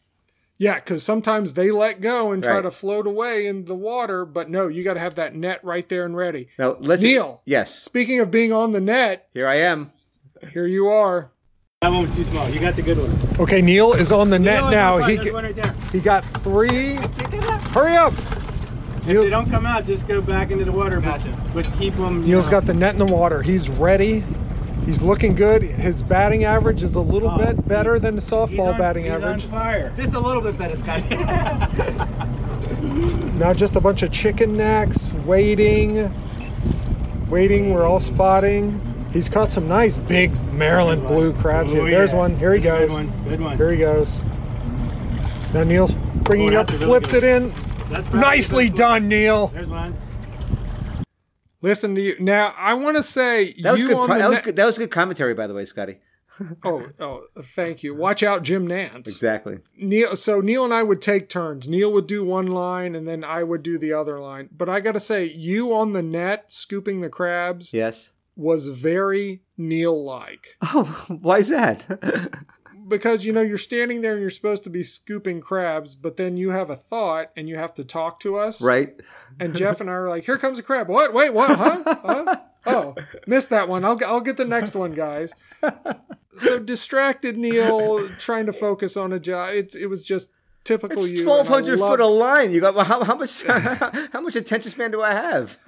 [SPEAKER 1] Yeah, because sometimes they let go and try
[SPEAKER 2] Right.
[SPEAKER 1] to float away in the water, but no, you got to have that net right there and ready.
[SPEAKER 2] Now, let's
[SPEAKER 1] Neil.
[SPEAKER 2] yes,
[SPEAKER 1] Speaking of being on the net,
[SPEAKER 2] here I am.
[SPEAKER 1] here you are.
[SPEAKER 4] That one was too small. You got the good one.
[SPEAKER 6] Okay, Neil is on the net Eh, now. He
[SPEAKER 4] there's
[SPEAKER 6] g-
[SPEAKER 4] one right there.
[SPEAKER 6] he got three. Hurry up!
[SPEAKER 4] If they
[SPEAKER 6] Neil's,
[SPEAKER 4] don't come out, just go back into the water. Gotcha. But keep them.
[SPEAKER 6] Neil's got the net in the water. He's ready. He's looking good. His batting average is a little
[SPEAKER 4] Oh,
[SPEAKER 6] bit better than the softball batting average.
[SPEAKER 4] fire. Just a little bit better, Scott.
[SPEAKER 6] Now just a bunch of chicken necks waiting. Waiting, we're all spotting. He's caught some nice big Maryland blue crabs here.
[SPEAKER 4] Oh,
[SPEAKER 6] There's
[SPEAKER 4] yeah.
[SPEAKER 6] one. Here he
[SPEAKER 4] Good
[SPEAKER 6] goes.
[SPEAKER 4] one. Good one.
[SPEAKER 6] Here he goes. Now Neil's bringing
[SPEAKER 4] Oh,
[SPEAKER 6] it up,
[SPEAKER 4] that's a really
[SPEAKER 6] flips
[SPEAKER 4] good
[SPEAKER 6] it in.
[SPEAKER 4] That's probably
[SPEAKER 6] Nicely
[SPEAKER 4] the best one.
[SPEAKER 6] done, Neil.
[SPEAKER 4] There's one.
[SPEAKER 1] Listen to you now. I want to say
[SPEAKER 2] That was
[SPEAKER 1] you
[SPEAKER 2] good.
[SPEAKER 1] on
[SPEAKER 2] pro-
[SPEAKER 1] the
[SPEAKER 2] that, was
[SPEAKER 1] net-
[SPEAKER 2] good that was good commentary, by the way, Scotty.
[SPEAKER 1] Oh, oh, thank you. Watch out, Jim Nance.
[SPEAKER 2] Exactly.
[SPEAKER 1] Neil. So Neil and I would take turns. Neil would do one line, and then I would do the other line. But I got to say, you on the net scooping the crabs
[SPEAKER 2] Yes.
[SPEAKER 1] was very Neil-like.
[SPEAKER 2] Oh, why is that?
[SPEAKER 1] because you know you're standing there and you're supposed to be scooping crabs, but then you have a thought and you have to talk to us.
[SPEAKER 2] right.
[SPEAKER 1] And Jeff and I are like, "Here comes a crab." What? Wait, what? Huh? huh? Oh, missed that one. I'll g- I'll get the next one, guys. So distracted, Neil, trying to focus on a job. It's it was just typical
[SPEAKER 2] It's
[SPEAKER 1] you. and I
[SPEAKER 2] twelve hundred
[SPEAKER 1] love-
[SPEAKER 2] foot of line. You got well, how, how much? how much attention span do I have?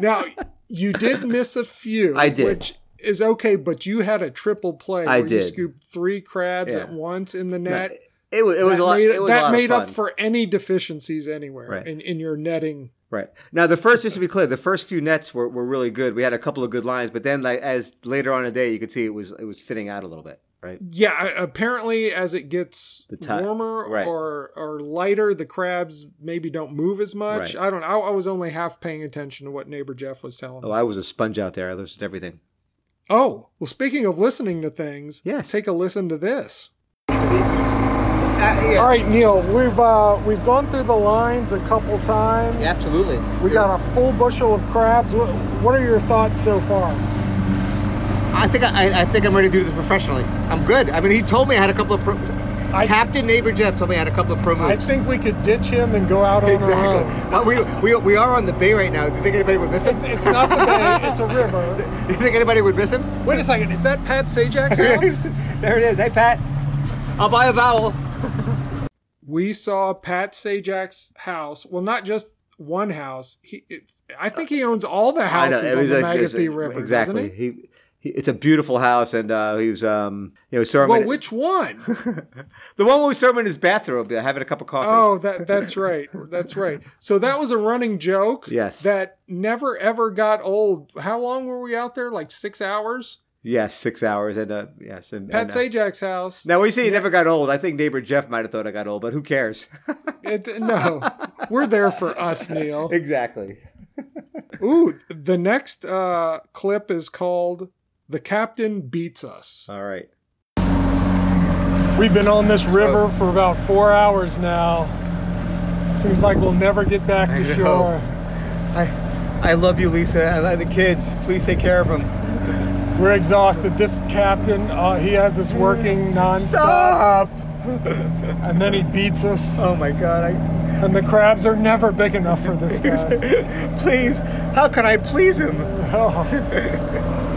[SPEAKER 1] Now you did miss a few.
[SPEAKER 2] I did.
[SPEAKER 1] Which is okay, but you had a triple play.
[SPEAKER 2] I
[SPEAKER 1] where You
[SPEAKER 2] did.
[SPEAKER 1] scooped three crabs
[SPEAKER 2] Yeah.
[SPEAKER 1] at once in the net.
[SPEAKER 2] It was it was
[SPEAKER 1] that
[SPEAKER 2] a lot.
[SPEAKER 1] made,
[SPEAKER 2] it was a
[SPEAKER 1] that
[SPEAKER 2] lot
[SPEAKER 1] made
[SPEAKER 2] of fun.
[SPEAKER 1] up for any deficiencies anywhere
[SPEAKER 2] Right.
[SPEAKER 1] in, in your netting.
[SPEAKER 2] Right. Now, the first, just to be clear, the first few nets were, were really good. We had a couple of good lines, but then like, as later on in the day, you could see it was it was thinning out a little bit, right?
[SPEAKER 1] Yeah, a- apparently as it gets
[SPEAKER 2] The ti-
[SPEAKER 1] warmer
[SPEAKER 2] right.
[SPEAKER 1] or or lighter, the crabs maybe don't move as much.
[SPEAKER 2] Right.
[SPEAKER 1] I don't know. I, I was only half paying attention to what neighbor Jeff was telling
[SPEAKER 2] Oh,
[SPEAKER 1] us.
[SPEAKER 2] I was a sponge out there. I listened to everything.
[SPEAKER 1] oh, well, speaking of listening to things,
[SPEAKER 2] Yes.
[SPEAKER 1] take a listen to this.
[SPEAKER 6] All right, Neil, we've uh, we've gone through the lines a couple times.
[SPEAKER 3] absolutely.
[SPEAKER 6] We got a full bushel of crabs. What, what are your thoughts so far?
[SPEAKER 3] I think I, I think I'm ready to do this professionally. I'm good. I mean, he told me I had a couple of pro.
[SPEAKER 6] I-
[SPEAKER 3] Captain Neighbor Jeff told me I had a couple of pro moves.
[SPEAKER 6] I think we could ditch him and go out on our own.
[SPEAKER 3] exactly. Well, we, we, we are on the bay right now. Do you think anybody would miss him?
[SPEAKER 6] It's not the bay, it's a river.
[SPEAKER 3] Do you think anybody would miss him?
[SPEAKER 6] Wait a second, is that Pat Sajak's house?
[SPEAKER 3] there it is. Hey Pat, I'll buy a vowel.
[SPEAKER 1] We saw Pat Sajak's house. Well, not just one house. He, it, I think he owns all the
[SPEAKER 2] I know,
[SPEAKER 1] houses
[SPEAKER 2] it
[SPEAKER 1] on
[SPEAKER 2] was
[SPEAKER 1] the
[SPEAKER 2] like- it was-
[SPEAKER 1] Magathy River.
[SPEAKER 2] Exactly.
[SPEAKER 1] Doesn't he?
[SPEAKER 2] He, he, it's a beautiful house, and uh, he was um, you know, Sermon.
[SPEAKER 1] Well, which one?
[SPEAKER 2] the one with Sermon in his bathrobe, uh, having a cup of coffee.
[SPEAKER 1] Oh, that that's right. That's right. So that was a running joke.
[SPEAKER 2] Yes.
[SPEAKER 1] That never ever got old. How long were we out there? Like six hours?
[SPEAKER 2] yes, six hours, and uh, yes, and
[SPEAKER 1] Pat
[SPEAKER 2] and, uh,
[SPEAKER 1] Sajak's house.
[SPEAKER 2] now we say he never got old. I think neighbor Jeff might have thought I got old, but who cares?
[SPEAKER 1] It, no, we're there for us, Neil.
[SPEAKER 2] exactly.
[SPEAKER 1] Ooh, the next uh, clip is called "The Captain Beats Us."
[SPEAKER 2] All right.
[SPEAKER 6] We've been on this river for about four hours now. Seems like we'll never get back to
[SPEAKER 3] I know.
[SPEAKER 6] shore.
[SPEAKER 3] I, I love you, Lisa. I love the kids. Please take care of them.
[SPEAKER 6] We're exhausted. This captain, uh, he has us working nonstop,
[SPEAKER 3] Stop!
[SPEAKER 6] and then he beats us.
[SPEAKER 3] Oh my God! I,
[SPEAKER 6] And the crabs are never big enough for this guy.
[SPEAKER 3] please, how can I please him?
[SPEAKER 6] Oh,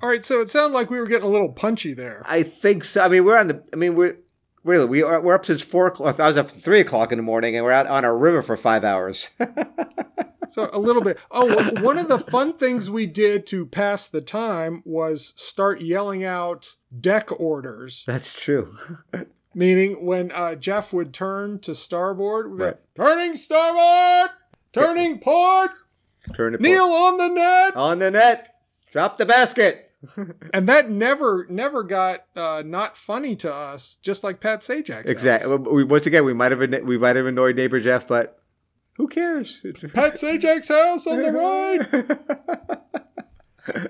[SPEAKER 1] All right, so it sounded like we were getting a little punchy there.
[SPEAKER 2] I think so. I mean, we're on the. I mean, we're really we are. We're up since four. o'clock. I was up at three o'clock in the morning, and we're out on a river for five hours.
[SPEAKER 1] So a little bit. Oh, one- one of the fun things we did to pass the time was start yelling out deck orders.
[SPEAKER 2] That's true.
[SPEAKER 1] meaning when uh, Jeff would turn to starboard, we'd be
[SPEAKER 2] Right.
[SPEAKER 1] turning starboard, turning port,
[SPEAKER 2] Turn it
[SPEAKER 1] Neil on the net,
[SPEAKER 2] on the net. Drop the basket.
[SPEAKER 1] and that never never got uh, not funny to us, just like Pat Sajak.
[SPEAKER 2] Exactly. We, once again, we might have anno- we might have annoyed neighbor Jeff, but who cares? It's-
[SPEAKER 1] Pat Sajak's house on the right.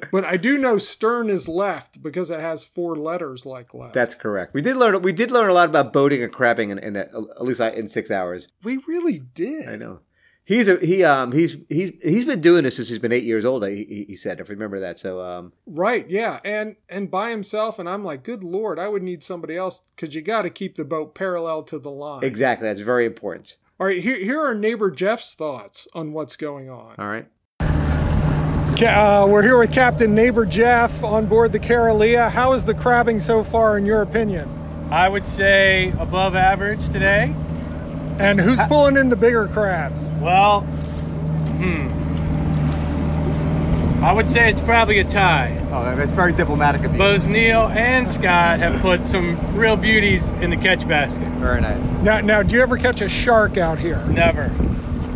[SPEAKER 1] but I do know Stern is left because it has four letters like left.
[SPEAKER 2] That's correct. We did learn we did learn a lot about boating and crabbing in, in that at least I- in six hours.
[SPEAKER 1] we really did.
[SPEAKER 2] I know. He's a he um he's he's he's been doing this since he's been eight years old. He, he- he said if I remember that. So um
[SPEAKER 1] Right, yeah, and and by himself, and I'm like, good lord, I would need somebody else because you got to keep the boat parallel to the line.
[SPEAKER 2] exactly that's very important.
[SPEAKER 1] All right, here, here are neighbor Jeff's thoughts on what's going on.
[SPEAKER 2] All right.
[SPEAKER 6] Ca- uh, we're here with Captain Neighbor Jeff on board the Carolea. How is the crabbing so far, in your opinion?
[SPEAKER 4] I would say above average today.
[SPEAKER 6] And who's pulling in the bigger crabs?
[SPEAKER 4] Well, hmm. I would say it's probably a tie.
[SPEAKER 3] Oh, that's very diplomatic of you.
[SPEAKER 4] Both Neil and Scott have put some real beauties in the catch basket.
[SPEAKER 3] very nice.
[SPEAKER 6] Now, now, do you ever catch a shark out here?
[SPEAKER 4] Never.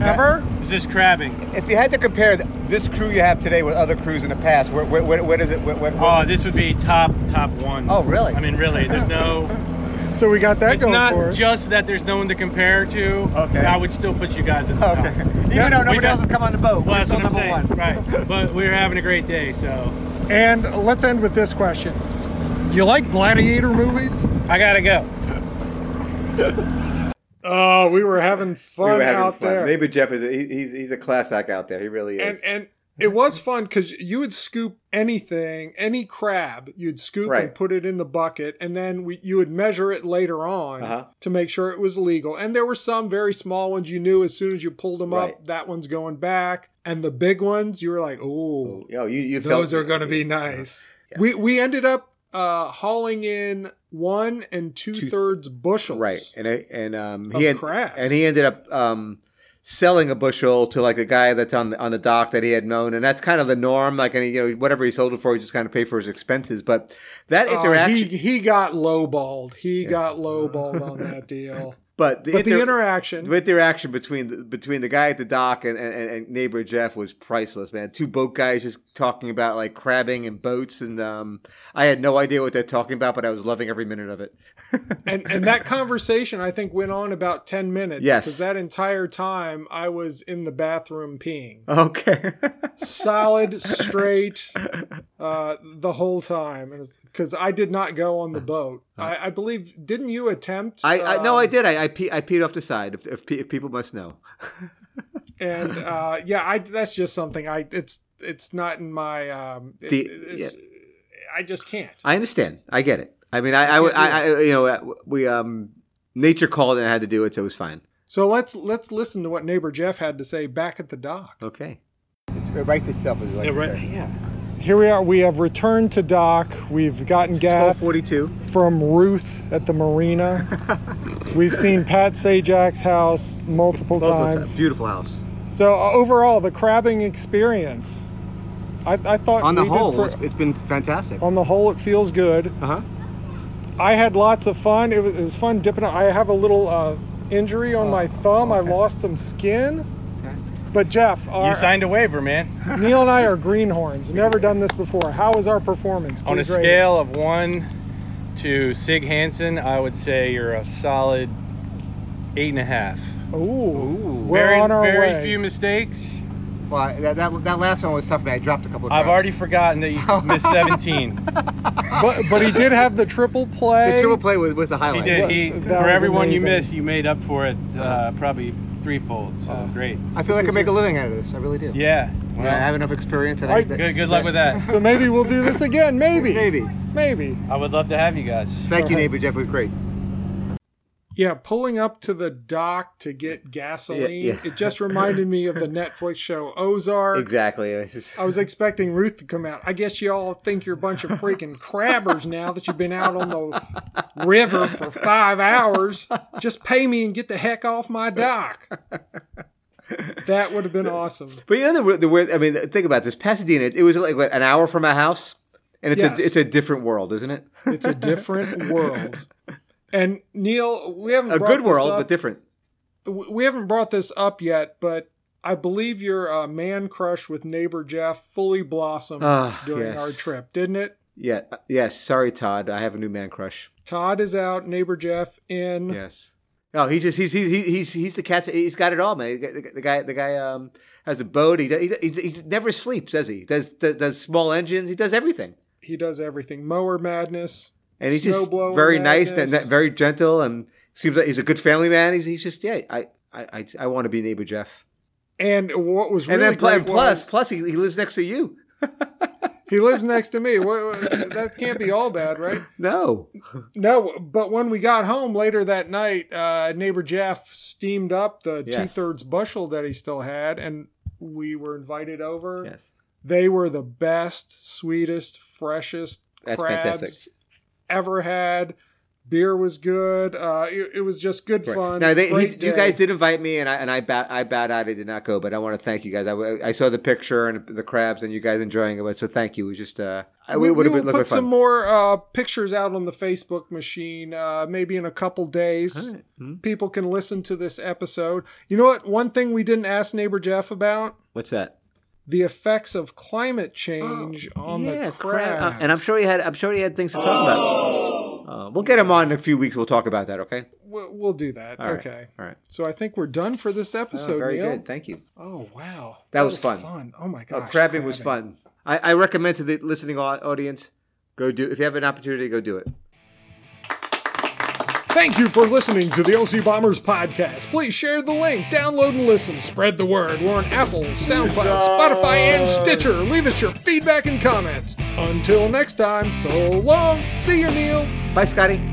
[SPEAKER 6] Ever?
[SPEAKER 4] It's just crabbing.
[SPEAKER 3] If you had to compare th- this crew you have today with other crews in the past, where, where, where, where does it? Where, where,
[SPEAKER 4] Oh, this would be top top one.
[SPEAKER 3] Oh, really?
[SPEAKER 4] I mean, really. There's no.
[SPEAKER 6] So we got that
[SPEAKER 4] It's
[SPEAKER 6] going
[SPEAKER 4] not
[SPEAKER 6] for us.
[SPEAKER 4] just that there's no one to compare to.
[SPEAKER 3] Okay.
[SPEAKER 4] I would still put you guys at the
[SPEAKER 3] okay.
[SPEAKER 4] top.
[SPEAKER 3] Even
[SPEAKER 6] Yeah,
[SPEAKER 3] though
[SPEAKER 4] we
[SPEAKER 3] nobody
[SPEAKER 4] got-
[SPEAKER 3] else has come on the boat,
[SPEAKER 4] Well,
[SPEAKER 3] we're
[SPEAKER 4] that's
[SPEAKER 3] still
[SPEAKER 4] what I'm
[SPEAKER 3] number
[SPEAKER 4] saying.
[SPEAKER 3] one.
[SPEAKER 4] Right. But we were having a great day, so
[SPEAKER 6] and let's end with this question. Do you like gladiator movies?
[SPEAKER 4] I gotta go.
[SPEAKER 1] Oh, we were having fun
[SPEAKER 2] we were having
[SPEAKER 1] out
[SPEAKER 2] fun.
[SPEAKER 1] there,
[SPEAKER 2] Neighbor Jeff is a, he, he's he's a class act out there. He really
[SPEAKER 1] and
[SPEAKER 2] is.
[SPEAKER 1] and it was fun because you would scoop anything, any crab, you'd scoop and
[SPEAKER 2] Right.
[SPEAKER 1] put it in the bucket, and then we, you would measure it later on
[SPEAKER 2] Uh-huh.
[SPEAKER 1] to make sure it was legal. And there were some very small ones you knew as soon as you pulled them up,
[SPEAKER 2] Right.
[SPEAKER 1] that one's going back, and the big ones you were like, oh,
[SPEAKER 2] Yo, you, you felt-
[SPEAKER 1] those are going to be nice.
[SPEAKER 2] Yes.
[SPEAKER 1] We we ended up uh, hauling in one and two thirds bushels.
[SPEAKER 2] right, and I- and um
[SPEAKER 1] Of
[SPEAKER 2] he had,
[SPEAKER 1] crabs.
[SPEAKER 2] and he ended up um selling a bushel to like a guy that's on the, on the dock that he had known, and that's kind of the norm. Like any you know whatever he sold it for, he just kind of paid for his expenses. But that
[SPEAKER 1] Uh,
[SPEAKER 2] interaction,
[SPEAKER 1] he he got lowballed. He got lowballed on that deal.
[SPEAKER 2] but the,
[SPEAKER 1] But the
[SPEAKER 2] inter-
[SPEAKER 1] interaction,
[SPEAKER 2] The interaction between the, between the guy at the dock and, and, and neighbor Jeff was priceless, man. Two boat guys just talking about like crabbing and boats, and um, I had no idea what they're talking about, but I was loving every minute of it.
[SPEAKER 1] and and that conversation I think went on about ten minutes.
[SPEAKER 2] Yes.
[SPEAKER 1] because that entire time I was in the bathroom peeing,
[SPEAKER 2] Okay,
[SPEAKER 1] solid, straight, uh, the whole time. Because I did not go on the boat. I, I believe didn't you attempt?
[SPEAKER 2] Uh-huh. I, I no, I
[SPEAKER 1] um,
[SPEAKER 2] did. I I, pe- I peed off the side. If, if, pe- if people must know,
[SPEAKER 1] and uh, yeah, I that's just something I it's it's not in my um. it-
[SPEAKER 2] The-
[SPEAKER 1] it's- I just can't.
[SPEAKER 2] I understand. I get it. I mean, I I, I, I you know we um nature called and I had to do it, so it was fine.
[SPEAKER 1] So let's let's listen to what neighbor Jeff had to say back at the dock.
[SPEAKER 2] Okay.
[SPEAKER 3] It writes itself. Is like
[SPEAKER 4] Yeah,
[SPEAKER 3] you
[SPEAKER 4] right.
[SPEAKER 3] said.
[SPEAKER 4] Yeah.
[SPEAKER 6] Here we are. We have returned to dock. We've gotten gaff
[SPEAKER 2] Twelve forty two.
[SPEAKER 6] from Ruth at the marina. We've seen Pat Sajak's house multiple times.
[SPEAKER 2] Beautiful house.
[SPEAKER 6] So uh, overall, the crabbing experience, I, I thought
[SPEAKER 2] On the
[SPEAKER 6] we did
[SPEAKER 2] whole,
[SPEAKER 6] pre-
[SPEAKER 2] it's, it's been fantastic.
[SPEAKER 3] Oh.
[SPEAKER 6] on the whole, it feels good.
[SPEAKER 2] Uh
[SPEAKER 4] Uh-huh.
[SPEAKER 2] huh.
[SPEAKER 6] I had lots of fun. It was, it was fun dipping. I have a little uh, injury
[SPEAKER 4] Oh,
[SPEAKER 6] on my thumb. I lost some skin. But Jeff,
[SPEAKER 4] You
[SPEAKER 6] our,
[SPEAKER 4] signed a waiver, man.
[SPEAKER 6] Neil and I are greenhorns. Never done this before. How was our performance?
[SPEAKER 4] On a
[SPEAKER 6] Please rate it.
[SPEAKER 4] scale of one to Sig Hansen, I would say you're a solid eight and a half.
[SPEAKER 6] Ooh, we're
[SPEAKER 4] very,
[SPEAKER 6] on our
[SPEAKER 4] very
[SPEAKER 6] way.
[SPEAKER 4] few mistakes.
[SPEAKER 3] Well, I- that, that, that last one was tough, man. I dropped a couple of.
[SPEAKER 4] I've
[SPEAKER 3] crumbs.
[SPEAKER 4] already forgotten that you missed 17.
[SPEAKER 6] But, but he did have the triple
[SPEAKER 2] The
[SPEAKER 6] play.
[SPEAKER 2] triple play was, was the
[SPEAKER 4] He
[SPEAKER 2] highlight.
[SPEAKER 4] did. He,
[SPEAKER 6] That was
[SPEAKER 4] for everyone you
[SPEAKER 6] amazing.
[SPEAKER 4] missed, you made up for it uh, probably threefold. So
[SPEAKER 6] Oh.
[SPEAKER 4] great.
[SPEAKER 3] I feel like I can make a living out of this. I really do.
[SPEAKER 4] Yeah. Well,
[SPEAKER 3] I have enough experience. And I,
[SPEAKER 6] Alright,
[SPEAKER 4] good, good luck with that.
[SPEAKER 6] So maybe we'll do this again. Maybe.
[SPEAKER 3] Maybe.
[SPEAKER 6] Maybe.
[SPEAKER 4] I would love to have you guys.
[SPEAKER 3] Thank you, neighbor Jeff. It was great.
[SPEAKER 1] Yeah, pulling up to the dock to get gasoline.
[SPEAKER 2] Yeah, yeah.
[SPEAKER 1] It just reminded me of the Netflix show Ozark.
[SPEAKER 2] Exactly. It's just-
[SPEAKER 1] I was expecting Ruth to come out. I guess you all think you're a bunch of freaking crabbers now that you've been out on the river for five hours. Just pay me and get the heck off my dock. That would have been awesome.
[SPEAKER 2] But you know the, weird- the weird. I mean, think about this. Pasadena. It was like what, an hour from my house, and it's
[SPEAKER 1] Yes.
[SPEAKER 2] a it's a different world, isn't it?
[SPEAKER 1] It's a different world. And Neil, we haven't
[SPEAKER 2] a
[SPEAKER 1] brought
[SPEAKER 2] good
[SPEAKER 1] this
[SPEAKER 2] world,
[SPEAKER 1] up.
[SPEAKER 2] but different.
[SPEAKER 1] w- we haven't brought this up yet, but I believe your uh, man crush with neighbor Jeff fully blossomed
[SPEAKER 2] Ah,
[SPEAKER 1] during
[SPEAKER 2] yes.
[SPEAKER 1] our trip, didn't it?
[SPEAKER 2] Yeah. uh, Yes. Sorry, Todd. I have a new man crush.
[SPEAKER 1] Todd is out, neighbor Jeff in.
[SPEAKER 2] Yes. No, he's just he's he's he's- he's he's the cat. He's got it all, man. The the guy the guy um has a boat. He he, he, he never sleeps, does he? Does, does does small engines. He does everything,
[SPEAKER 1] He does everything. Mower madness.
[SPEAKER 2] and he's just
[SPEAKER 1] Snowblower
[SPEAKER 2] very nice,
[SPEAKER 1] madness.
[SPEAKER 2] and very gentle, and seems like he's a good family man. He's he's just yeah. I I I, I want to be neighbor Jeff.
[SPEAKER 1] And what was
[SPEAKER 2] And
[SPEAKER 1] really
[SPEAKER 2] then pl- and
[SPEAKER 1] great
[SPEAKER 2] plus
[SPEAKER 1] was-
[SPEAKER 2] plus he, he lives next to you.
[SPEAKER 1] he lives next to me. Wha- wha- that can't be all bad, right?
[SPEAKER 2] No.
[SPEAKER 1] No, but when we got home later that night, uh, neighbor Jeff steamed up the
[SPEAKER 2] Yes.
[SPEAKER 1] two thirds bushel that he still had, and we were invited over.
[SPEAKER 2] Yes.
[SPEAKER 1] They were the best, sweetest, freshest
[SPEAKER 2] That's
[SPEAKER 1] crabs
[SPEAKER 2] fantastic.
[SPEAKER 1] ever had. Beer was good. Uh, it, it was just good fun.
[SPEAKER 2] No, they, he,
[SPEAKER 1] Great
[SPEAKER 2] you
[SPEAKER 1] day.
[SPEAKER 2] guys did invite me, and I and I bat I bowed out. I did not go, but I want to thank you guys. I, I saw the picture and the crabs, and you guys enjoying it. So thank you. It was just uh, I-
[SPEAKER 1] We,
[SPEAKER 2] it would
[SPEAKER 1] we
[SPEAKER 2] have
[SPEAKER 1] will
[SPEAKER 2] been looking
[SPEAKER 1] put some
[SPEAKER 2] fun.
[SPEAKER 1] more uh, pictures out on the Facebook machine, uh, maybe in a couple days.
[SPEAKER 2] Hmm.
[SPEAKER 1] People can listen to this episode. You know what? One thing we didn't ask neighbor Jeff about
[SPEAKER 2] What's that?
[SPEAKER 1] the effects of climate change on the crabs.
[SPEAKER 2] Oh, crab. Uh, and I'm sure he had I'm sure he had things to talk about. Uh, we'll get him on in a few weeks. We'll talk about that. Okay.
[SPEAKER 1] we'll, we'll do that.
[SPEAKER 2] All right.
[SPEAKER 1] okay. Uh,
[SPEAKER 2] All right.
[SPEAKER 1] So I think we're done for this episode.
[SPEAKER 2] Oh, very
[SPEAKER 1] Neil.
[SPEAKER 2] good. Thank you.
[SPEAKER 1] Oh wow,
[SPEAKER 2] That was fun.
[SPEAKER 1] Oh my
[SPEAKER 2] Oh,
[SPEAKER 1] gosh,
[SPEAKER 2] crabbing was fun. I, I recommend to the listening au- audience go do if you have an opportunity go do it.
[SPEAKER 1] Thank you for listening to the OC Bombers podcast. Please share the link, download and listen, spread the word. We're on Apple, SoundCloud, Spotify, and Stitcher. Leave us your feedback and comments. Until next time, so long. See you, Neil.
[SPEAKER 2] Bye, Scotty.